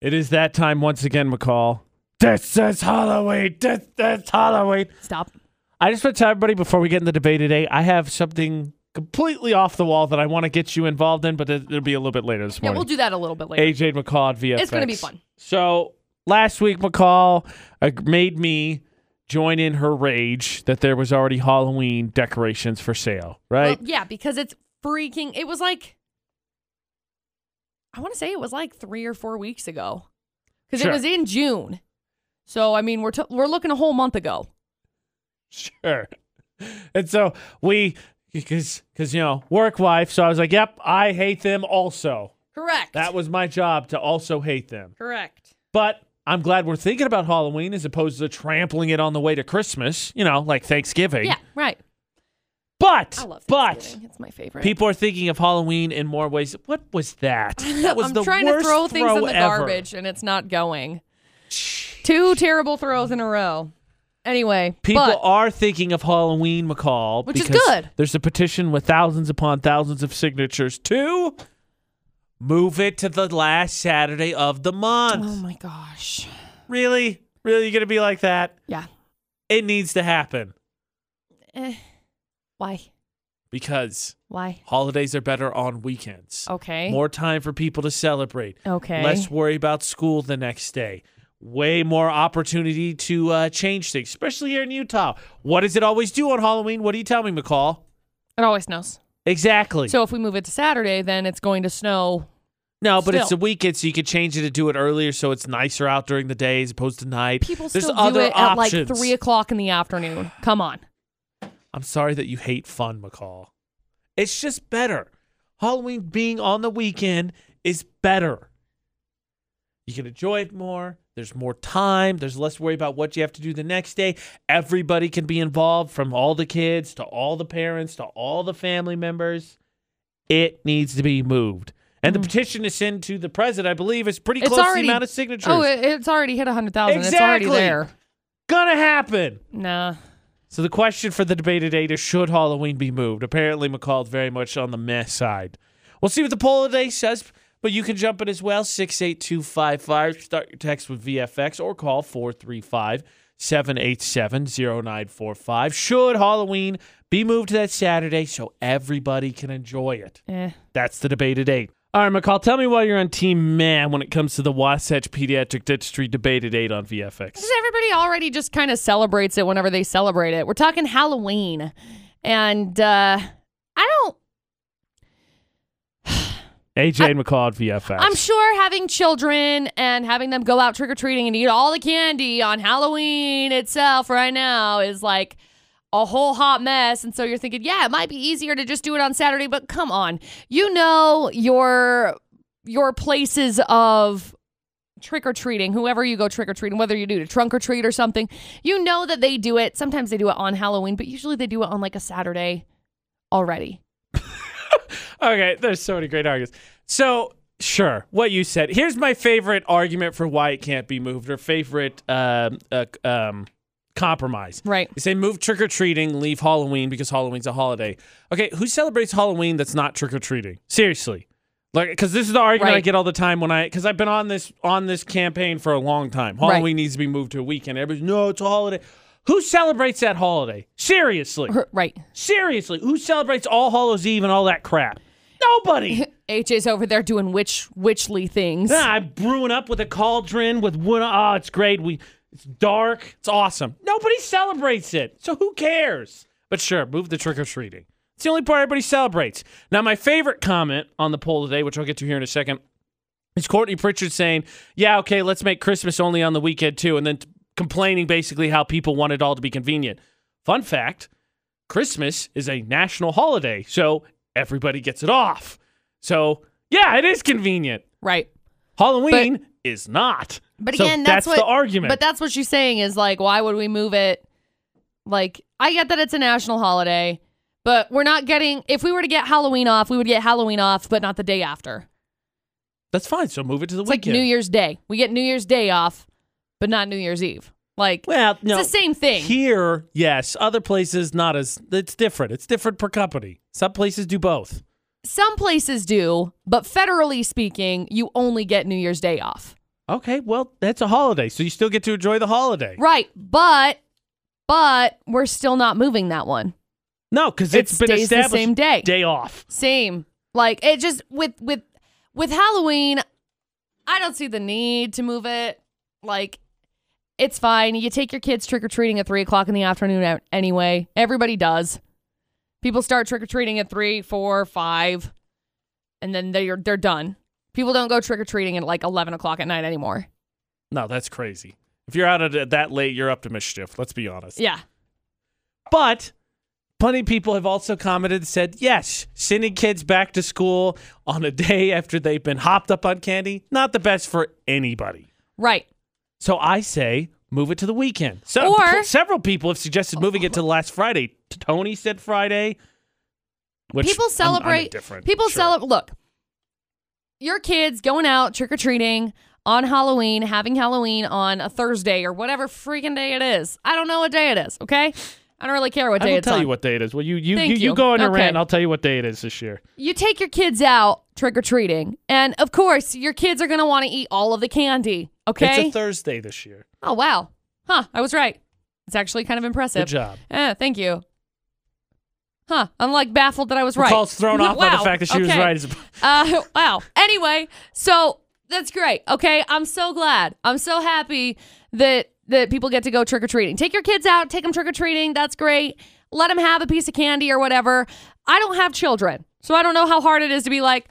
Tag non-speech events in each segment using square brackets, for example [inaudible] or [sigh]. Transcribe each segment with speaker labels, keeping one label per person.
Speaker 1: It is that time once again, McCall. This is Halloween. This is Halloween.
Speaker 2: Stop.
Speaker 1: I just want to tell everybody before we get in the debate today, I have something completely off the wall that I want to get you involved in, but it- it'll be a little bit later this
Speaker 2: Yeah,
Speaker 1: morning.
Speaker 2: we'll do that a little bit later.
Speaker 1: AJ and McCall at VFX.
Speaker 2: It's gonna be fun.
Speaker 1: So last week, McCall uh, made me join in her rage that there was already Halloween decorations for sale,
Speaker 2: Well,
Speaker 1: right?
Speaker 2: yeah, because it's freaking. It was like, I want to say it was like three or four weeks ago, because
Speaker 1: Sure.
Speaker 2: it was in June. So I mean, we're t- we're looking a whole month ago.
Speaker 1: [laughs] Sure. And so we, because, because, you know, work wife. So I was like, yep, I hate them also.
Speaker 2: Correct.
Speaker 1: That was my job to also hate them.
Speaker 2: correct.
Speaker 1: But I'm glad we're thinking about Halloween as opposed to trampling it on the way to Christmas, you know, like Thanksgiving.
Speaker 2: Yeah. Right.
Speaker 1: But,
Speaker 2: I love
Speaker 1: but
Speaker 2: Thanksgiving. it's my favorite.
Speaker 1: people are thinking of Halloween in more ways. What was that? That was
Speaker 2: I'm
Speaker 1: the
Speaker 2: trying
Speaker 1: worst
Speaker 2: to throw things in the
Speaker 1: ever.
Speaker 2: garbage, and it's not going. Two terrible throws in a row. Anyway,
Speaker 1: People
Speaker 2: but-
Speaker 1: are thinking of Halloween McCall,
Speaker 2: Which is
Speaker 1: because
Speaker 2: good.
Speaker 1: There's a petition with thousands upon thousands of signatures to move it to the last Saturday of the month.
Speaker 2: oh my gosh.
Speaker 1: Really, really, you gonna be like that?
Speaker 2: Yeah.
Speaker 1: It needs to happen
Speaker 2: Eh. Why?
Speaker 1: because
Speaker 2: Why?
Speaker 1: holidays are better on weekends.
Speaker 2: Okay.
Speaker 1: More time for people to celebrate.
Speaker 2: okay.
Speaker 1: Less worry about school the next day. Way more opportunity to uh, change things, especially here in Utah. What does it always do on Halloween? What do you tell me, McCall?
Speaker 2: It always snows.
Speaker 1: Exactly.
Speaker 2: So if we move it to Saturday, then it's going to snow.
Speaker 1: no, but it's a
Speaker 2: still.
Speaker 1: weekend, so you could change it to do it earlier, so it's nicer out during the day as opposed to night.
Speaker 2: People
Speaker 1: There's
Speaker 2: still
Speaker 1: other
Speaker 2: do it
Speaker 1: options.
Speaker 2: at like three o'clock in the afternoon. Come on.
Speaker 1: I'm sorry that you hate fun, McCall. It's just better. Halloween being on the weekend is better. You can enjoy it more. There's more time. There's less worry about what you have to do the next day. Everybody can be involved from all the kids to all the parents to all the family members. It needs to be moved. And the petition to send to the president, I believe, is pretty
Speaker 2: Mm. It's
Speaker 1: close to
Speaker 2: already-
Speaker 1: the amount of signatures.
Speaker 2: Oh, it, it's already hit hundred thousand. It's
Speaker 1: Exactly.
Speaker 2: already there.
Speaker 1: Gonna happen.
Speaker 2: Nah.
Speaker 1: So the question for the debate today is should Halloween be moved? Apparently McCall's very much on the meh side. We'll see what the poll today says, but you can jump in as well. 68255. Start your text with VFX or call 435 787 0945. Should Halloween be moved to that Saturday so everybody can enjoy it?
Speaker 2: Eh.
Speaker 1: That's the debate at eight. All right, McCall, tell me why you're on Team Meh when it comes to the Wasatch Pediatric Dentistry debate at eight on VFX.
Speaker 2: Because everybody already just kind of celebrates it whenever they celebrate it. We're talking Halloween, and uh, I don't.
Speaker 1: AJ and McCall at VFX.
Speaker 2: I'm sure having children and having them go out trick or treating and eat all the candy on Halloween itself right now is like a whole hot mess. And so you're thinking, yeah, it might be easier to just do it on Saturday, but come on. You know your your places of trick or treating, whoever you go trick or treating, whether you do to trunk or treat or something, you know that they do it. Sometimes they do it on Halloween, but usually they do it on like a Saturday already.
Speaker 1: Okay, there's so many great arguments. So, sure, what you said. Here's my favorite argument for why it can't be moved, or favorite um, uh, um, compromise.
Speaker 2: Right.
Speaker 1: They say move trick or treating, leave Halloween because Halloween's a holiday. Okay, who celebrates Halloween that's not trick or treating? Seriously. Like, because this is the argument I
Speaker 2: Right.
Speaker 1: get all the time when I, because I've been on this on this campaign for a long time.
Speaker 2: Right.
Speaker 1: Halloween needs to be moved to a weekend. Everybody's no, it's a holiday. Who celebrates that holiday? Seriously,
Speaker 2: Right.
Speaker 1: seriously, who celebrates All Hallows Eve and all that crap? Nobody.
Speaker 2: HJ's over there doing witch witchly
Speaker 1: [laughs]
Speaker 2: things.
Speaker 1: Yeah, I'm brewing up with a cauldron with wood. Oh, it's great. We it's dark. It's awesome. Nobody celebrates it, so who cares? But sure, move the trick or treating. It's the only part everybody celebrates. Now, my favorite comment on the poll today, which I'll get to here in a second, is Courtney Pritchard saying, "Yeah, okay, let's make Christmas only on the weekend too," and then t- complaining basically how people want it all to be convenient. Fun fact: Christmas is a national holiday, so everybody gets it off. So yeah, it is convenient.
Speaker 2: Right.
Speaker 1: Halloween is not.
Speaker 2: But
Speaker 1: So
Speaker 2: again, that's, what
Speaker 1: the argument.
Speaker 2: But that's what she's saying is like, why would we move it? Like, I get that it's a national holiday, but we're not getting. If we were to get Halloween off, we would get Halloween off, but not the day after.
Speaker 1: that's fine. So move it to the
Speaker 2: It's like
Speaker 1: weekend.
Speaker 2: New Year's Day. We get New Year's Day off, but not New Year's Eve. Like,
Speaker 1: well, no,
Speaker 2: it's the same thing.
Speaker 1: Here, yes. Other places, not as. It's different. It's different per company. Some places do both.
Speaker 2: Some places do, but federally speaking, you only get New Year's Day off.
Speaker 1: Okay, well, that's a holiday, so you still get to enjoy the holiday.
Speaker 2: Right. But but we're still not moving that one.
Speaker 1: No, because
Speaker 2: It
Speaker 1: it's been
Speaker 2: stays the
Speaker 1: established.
Speaker 2: same day.
Speaker 1: Day off.
Speaker 2: Same. Like it just with with with Halloween, I don't see the need to move it. Like it's fine. You take your kids trick or treating at three o'clock in the afternoon out anyway. Everybody does. People start trick or treating at three, four, five, and then they're they're done. People don't go trick or treating at like eleven o'clock at night anymore.
Speaker 1: No, that's crazy. If you're out at that late, you're up to mischief. Let's be honest.
Speaker 2: Yeah.
Speaker 1: But plenty of people have also commented and said, yes, sending kids back to school on a day after they've been hopped up on candy, not the best for anybody.
Speaker 2: Right.
Speaker 1: So I say move it to the weekend. So
Speaker 2: Or-
Speaker 1: several people have suggested moving it to last Friday. T- Tony said Friday. Which
Speaker 2: people
Speaker 1: I'm- I'm
Speaker 2: celebrate
Speaker 1: indifferent,
Speaker 2: people
Speaker 1: sure.
Speaker 2: celebrate look your kids going out trick-or-treating on halloween having halloween on a thursday or whatever freaking day it is i don't know what day it is okay i don't really care what
Speaker 1: I
Speaker 2: day
Speaker 1: will
Speaker 2: it's
Speaker 1: tell
Speaker 2: on
Speaker 1: you what day it is. Well, you you
Speaker 2: Thank
Speaker 1: you, you
Speaker 2: you.
Speaker 1: go on your
Speaker 2: Okay.
Speaker 1: rant. I'll tell you what day it is this year.
Speaker 2: you take your kids out trick-or-treating and of course your kids are going to want to eat all of the candy okay
Speaker 1: It's a Thursday this year.
Speaker 2: oh wow huh i was right it's actually kind of impressive
Speaker 1: Good job.
Speaker 2: Eh, thank you huh i'm like baffled that i was right
Speaker 1: Paul's
Speaker 2: [laughs]
Speaker 1: thrown off by the
Speaker 2: Wow,
Speaker 1: fact that she was
Speaker 2: okay.
Speaker 1: right. It's-
Speaker 2: Uh, wow. Anyway, so that's great. Okay, I'm so glad. I'm so happy that that people get to go trick or treating. Take your kids out. Take them trick or treating. That's great. Let them have a piece of candy or whatever. I don't have children, so I don't know how hard it is to be like,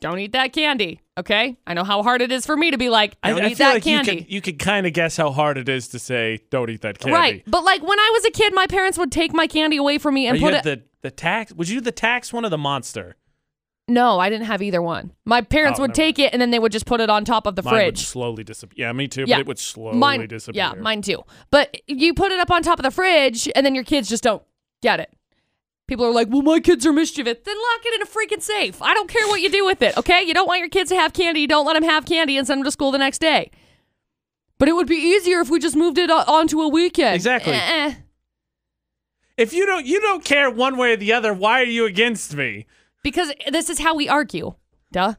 Speaker 2: don't eat that candy. Okay, I know how hard it is for me to be like,
Speaker 1: I,
Speaker 2: don't
Speaker 1: I
Speaker 2: eat
Speaker 1: feel
Speaker 2: that
Speaker 1: like
Speaker 2: candy.
Speaker 1: you can you can kind of guess how hard it is to say don't eat that candy.
Speaker 2: Right, but like when I was a kid, my parents would take my candy away from me
Speaker 1: Or
Speaker 2: and
Speaker 1: you
Speaker 2: put
Speaker 1: had
Speaker 2: it.
Speaker 1: the the tax. Would you do the tax one or the monster?
Speaker 2: no, I didn't have either one. My parents
Speaker 1: Oh,
Speaker 2: would
Speaker 1: never
Speaker 2: take it and then they would just put it on top of the
Speaker 1: Mine would
Speaker 2: fridge.
Speaker 1: slowly disappear. Yeah, me too.
Speaker 2: Yeah.
Speaker 1: But it would slowly
Speaker 2: mine,
Speaker 1: disappear.
Speaker 2: Yeah, mine too. But you put it up on top of the fridge, and then your kids just don't get it. People are like, "Well, my kids are mischievous." Then lock it in a freaking safe. I don't care what you do with it. Okay, you don't want your kids to have candy. You don't let them have candy and send them to school the next day. But it would be easier if we just moved it o- onto a weekend.
Speaker 1: Exactly.
Speaker 2: Eh, eh.
Speaker 1: If you don't you don't care one way or the other, why are you against me?
Speaker 2: because this is how we argue. Duh.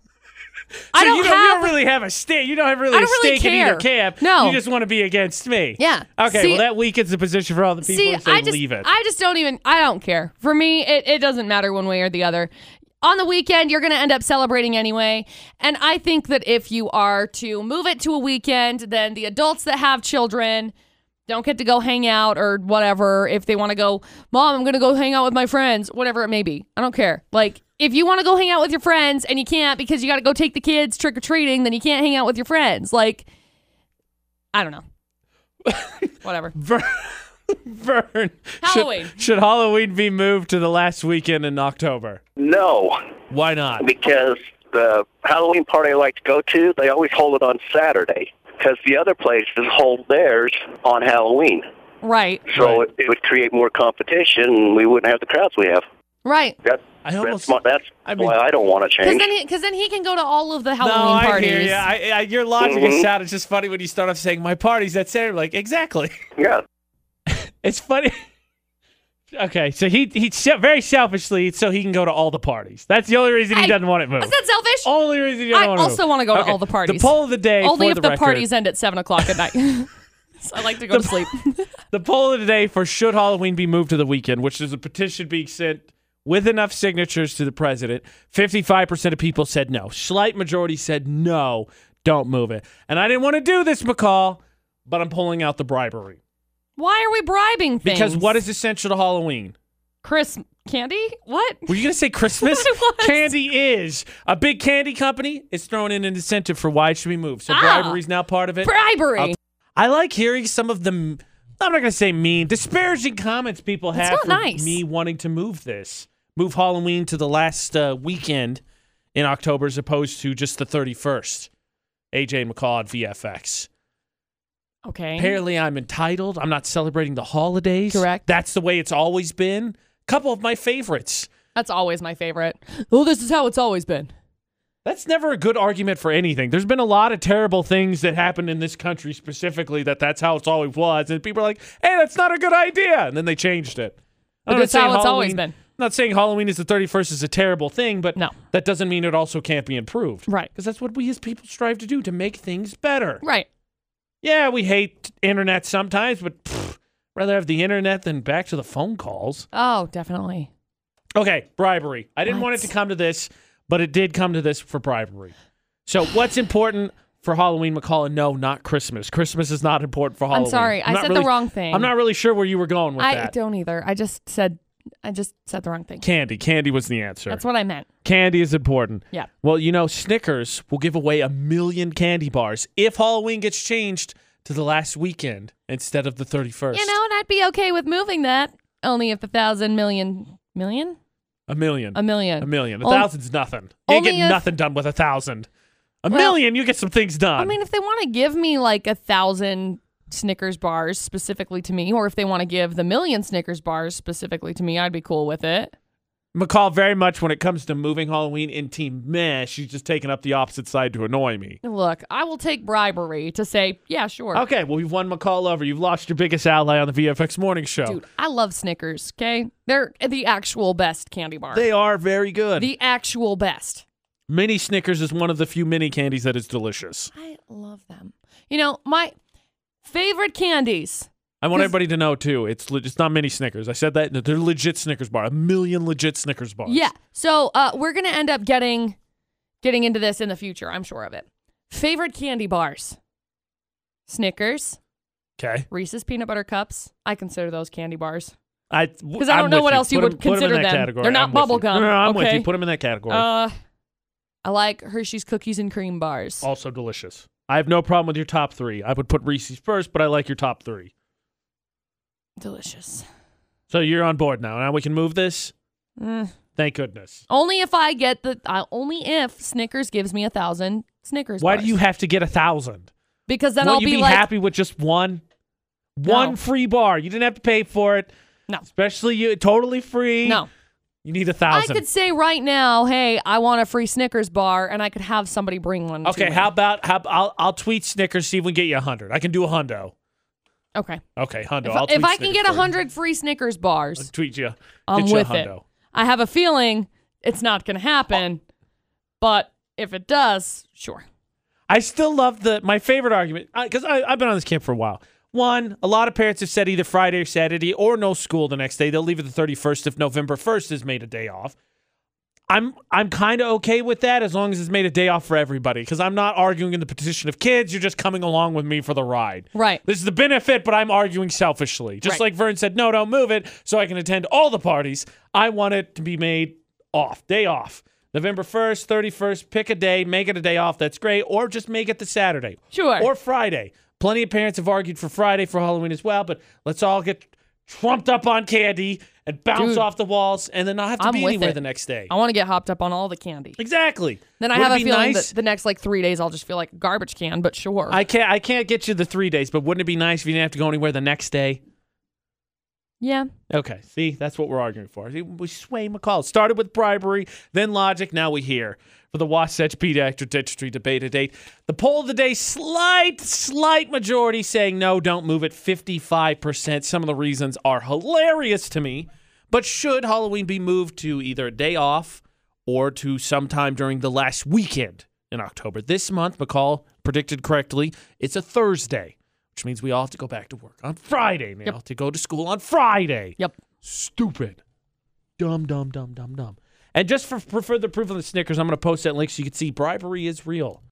Speaker 2: I
Speaker 1: So
Speaker 2: don't
Speaker 1: you, don't, you
Speaker 2: have.
Speaker 1: don't really have a stake. You don't have really
Speaker 2: I
Speaker 1: a
Speaker 2: don't really
Speaker 1: stake in either
Speaker 2: care.
Speaker 1: camp.
Speaker 2: No.
Speaker 1: you just want to be against me.
Speaker 2: Yeah.
Speaker 1: Okay.
Speaker 2: See-
Speaker 1: well, that weakens the position for all the people.
Speaker 2: See,
Speaker 1: who say
Speaker 2: I just,
Speaker 1: leave it.
Speaker 2: I just don't even. I don't care. For me, it, it doesn't matter one way or the other. On the weekend, you're going to end up celebrating anyway. And I think that if you are to move it to a weekend, then the adults that have children don't get to go hang out or whatever. If they want to go, mom, I'm going to go hang out with my friends, whatever it may be. I don't care. Like, if you want to go hang out with your friends and you can't because you got to go take the kids trick or treating, then you can't hang out with your friends. Like, I don't know. [laughs] whatever.
Speaker 1: Vern, [laughs] Vern
Speaker 2: Halloween.
Speaker 1: Should, should Halloween be moved to the last weekend in October?
Speaker 3: No,
Speaker 1: Why not?
Speaker 3: because the Halloween party I like to go to, they always hold it on Saturday because the other places hold theirs on Halloween.
Speaker 2: Right.
Speaker 3: So
Speaker 1: Right.
Speaker 3: it, it would create more competition, and we wouldn't have the crowds we have.
Speaker 2: Right.
Speaker 3: That,
Speaker 1: I almost-
Speaker 3: that's my, that's
Speaker 1: I mean-
Speaker 3: why I don't want to
Speaker 2: Because
Speaker 3: change.
Speaker 2: then, because then he can go to all of the
Speaker 1: No,
Speaker 2: Halloween
Speaker 1: I
Speaker 2: parties.
Speaker 1: hear you. I, I, your logic is
Speaker 3: Mhm.
Speaker 1: sound. It's just funny when you start off saying my party's that Saturday. Like exactly. [laughs]
Speaker 3: yeah,
Speaker 1: It's funny. [laughs] Okay, so he he se- very selfishly so he can go to all the parties. That's the only reason he
Speaker 2: Hey,
Speaker 1: doesn't want it moved.
Speaker 2: Is that selfish?
Speaker 1: Only reason he doesn't
Speaker 2: I
Speaker 1: want it
Speaker 2: also
Speaker 1: moved.
Speaker 2: wanna go to
Speaker 1: Okay,
Speaker 2: all the parties.
Speaker 1: The poll of the day.
Speaker 2: Only
Speaker 1: for
Speaker 2: if
Speaker 1: the,
Speaker 2: the,
Speaker 1: record-
Speaker 2: parties end at seven o'clock at night. [laughs] so I like to go to sleep.
Speaker 1: The poll of the day for should Halloween be moved to the weekend, which is a petition being sent with enough signatures to the president. 55% of people said no. Slight majority said no, don't move it. And I didn't want to do this, McCall, but I'm pulling out the bribery.
Speaker 2: [laughs] Why are we bribing things?
Speaker 1: Because what is essential to Halloween?
Speaker 2: Chris candy? What?
Speaker 1: Were you going to say
Speaker 2: [laughs]
Speaker 1: Christmas?
Speaker 2: I was.
Speaker 1: candy is. A big candy company is throwing in an incentive for why it should be moved. So
Speaker 2: Ah.
Speaker 1: bribery is now part of it.
Speaker 2: Bribery.
Speaker 1: I'll- I like hearing some of the. m- I'm not gonna say mean, disparaging comments people
Speaker 2: That's
Speaker 1: have
Speaker 2: not
Speaker 1: for
Speaker 2: nice.
Speaker 1: me wanting to move this, move Halloween to the last uh, weekend in October as opposed to just the 31st. AJ McCall at VFX.
Speaker 2: okay.
Speaker 1: Apparently, I'm entitled. I'm not celebrating the holidays.
Speaker 2: Correct.
Speaker 1: That's the way it's always been. Couple of my favorites.
Speaker 2: That's always my favorite. Oh, this is how it's always been.
Speaker 1: That's never a good argument for anything. There's been a lot of terrible things that happened in this country specifically that that's how it's always was. And people are like, hey, that's not a good idea. And then they changed it. I
Speaker 2: But
Speaker 1: don't
Speaker 2: it's how
Speaker 1: understand
Speaker 2: it's always
Speaker 1: Halloween-
Speaker 2: been.
Speaker 1: not saying Halloween is the 31st is a terrible thing, but
Speaker 2: No.
Speaker 1: that doesn't mean it also can't be improved.
Speaker 2: Right.
Speaker 1: Because that's what we as people strive to do to make things better.
Speaker 2: Right.
Speaker 1: Yeah, we hate internet sometimes, but pfft, rather have the internet than back to the phone calls.
Speaker 2: Oh, definitely.
Speaker 1: Okay, bribery. I didn't want it
Speaker 2: What?
Speaker 1: to come to this, but it did come to this for bribery. So, what's important for Halloween, McCall? No, not Christmas. Christmas is not important for Halloween.
Speaker 2: I'm sorry. I
Speaker 1: not
Speaker 2: said
Speaker 1: really-
Speaker 2: the wrong thing.
Speaker 1: I'm not really sure where you were going with
Speaker 2: I
Speaker 1: that.
Speaker 2: don't either. I just said I just said the wrong thing.
Speaker 1: Candy. Candy was the answer.
Speaker 2: That's what I meant.
Speaker 1: Candy is important.
Speaker 2: Yeah.
Speaker 1: Well, you know, Snickers will give away a million candy bars if Halloween gets changed to the last weekend instead of the 31st.
Speaker 2: You know, and I'd be okay with moving that. Only if a thousand million million?
Speaker 1: a million.
Speaker 2: A million.
Speaker 1: A million. A
Speaker 2: Only-
Speaker 1: thousand's nothing. You ain't
Speaker 2: only
Speaker 1: getting
Speaker 2: if-
Speaker 1: nothing done with a thousand. A
Speaker 2: Well,
Speaker 1: million, you get some things done.
Speaker 2: I mean, if they want to give me like a thousand Snickers bars specifically to me, or if they want to give the million Snickers bars specifically to me, I'd be cool with it.
Speaker 1: McCall, very much when it comes to moving Halloween in Team Meh, she's just taking up the opposite side to annoy me.
Speaker 2: Look, I will take bribery to say, yeah, sure.
Speaker 1: Okay, well, you've won McCall over. You've lost your biggest ally on the VFX Morning Show.
Speaker 2: Dude, I love Snickers, okay? They're the actual best candy bar.
Speaker 1: They are very good.
Speaker 2: the actual best.
Speaker 1: mini Snickers is one of the few mini candies that is delicious.
Speaker 2: I love them. You know, my favorite candies.
Speaker 1: I want
Speaker 2: 'Cause-
Speaker 1: everybody to know too. It's le- it's not mini Snickers. I said that no, they're legit Snickers bar. A million legit Snickers bars.
Speaker 2: Yeah. So uh, we're gonna end up getting getting into this in the future. I'm sure of it. Favorite candy bars: Snickers,
Speaker 1: Okay.
Speaker 2: Reese's peanut butter cups. I consider those candy bars.
Speaker 1: I
Speaker 2: 'Cause I don't know what else you would consider
Speaker 1: them. in that
Speaker 2: them.
Speaker 1: category.
Speaker 2: They're not
Speaker 1: I'm with you. [laughs]
Speaker 2: bubblegum,
Speaker 1: No, no, I'm with
Speaker 2: okay?
Speaker 1: you. Put them in that category.
Speaker 2: Uh, I like Hershey's cookies and cream bars.
Speaker 1: also delicious. I have no problem with your top three. I would put Reese's first, but I like your top three.
Speaker 2: Delicious.
Speaker 1: So you're on board now. Now we can move this.
Speaker 2: Mm.
Speaker 1: Thank goodness.
Speaker 2: Only if I get the. I only if Snickers gives me a thousand Snickers.
Speaker 1: Why
Speaker 2: bars.
Speaker 1: do you have to get a thousand?
Speaker 2: Because then
Speaker 1: Won't
Speaker 2: I'll
Speaker 1: you
Speaker 2: be,
Speaker 1: be
Speaker 2: like,
Speaker 1: happy with just one? One free bar. You didn't have to pay for it.
Speaker 2: No.
Speaker 1: Especially you totally free.
Speaker 2: no.
Speaker 1: You need a
Speaker 2: I
Speaker 1: thousand.
Speaker 2: could say right now, hey, I want a free Snickers bar, and I could have somebody bring one. to
Speaker 1: Okay,
Speaker 2: me.
Speaker 1: how about how I'll I'll tweet Snickers see if we can get you a hundred. I can do a hundo.
Speaker 2: Okay.
Speaker 1: Okay, hundo.
Speaker 2: If,
Speaker 1: I'll tweet
Speaker 2: if I can
Speaker 1: Snickers
Speaker 2: get
Speaker 1: for you.
Speaker 2: 100 free Snickers
Speaker 1: I'll
Speaker 2: bars,
Speaker 1: tweet you.
Speaker 2: I'm
Speaker 1: get you
Speaker 2: with
Speaker 1: a
Speaker 2: it.
Speaker 1: hundo.
Speaker 2: I have a feeling it's not going to happen. But if it does, sure.
Speaker 1: I still love the my favorite argument because I, I've been on this camp for a while. One, a lot of parents have said either Friday or Saturday or no school the next day. They'll leave it the thirty first if November first is made a day off. I'm I'm kind of okay with that as long as it's made a day off for everybody because I'm not arguing in the petition of kids. You're just coming along with me for the ride.
Speaker 2: Right.
Speaker 1: This is the benefit, but I'm arguing selfishly. Just
Speaker 2: Right.
Speaker 1: like Vern said, no, don't move it so I can attend all the parties. I want it to be made off, day off. November 1st, 31st, pick a day, make it a day off. That's great. Or just make it the Saturday.
Speaker 2: Sure.
Speaker 1: Or Friday. Plenty of parents have argued for Friday for Halloween as well, but let's all get trumped up on candy and bounce
Speaker 2: Dude.
Speaker 1: off the walls and then not have to
Speaker 2: I'm
Speaker 1: be
Speaker 2: with
Speaker 1: anywhere
Speaker 2: it.
Speaker 1: the next day.
Speaker 2: I want to get hopped up on all the candy.
Speaker 1: Exactly.
Speaker 2: Then I
Speaker 1: Would
Speaker 2: have
Speaker 1: it
Speaker 2: a
Speaker 1: be
Speaker 2: feeling
Speaker 1: nice?
Speaker 2: that the next like three days I'll just feel like a garbage can, but sure.
Speaker 1: I can't I can't get you the three days, but wouldn't it be nice if you didn't have to go anywhere the next day?
Speaker 2: yeah.
Speaker 1: Okay, see, that's what we're arguing for. See, We sway McCall. It Started with bribery, then logic. Now we hear for the Wasatch Pediatric Dentistry debate to date. The poll of the day: slight, slight majority saying no, don't move it. Fifty-five percent. Some of the reasons are hilarious to me, but should Halloween be moved to either a day off or to sometime during the last weekend in October? This month, McCall predicted correctly. It's a Thursday, which means we all have to go back to work on Friday now to go to school on Friday
Speaker 2: Yep.
Speaker 1: stupid. Dumb, dumb, dumb, dumb, dumb. And just for, for further proof on the Snickers, I'm going to post that link so you can see bribery is real.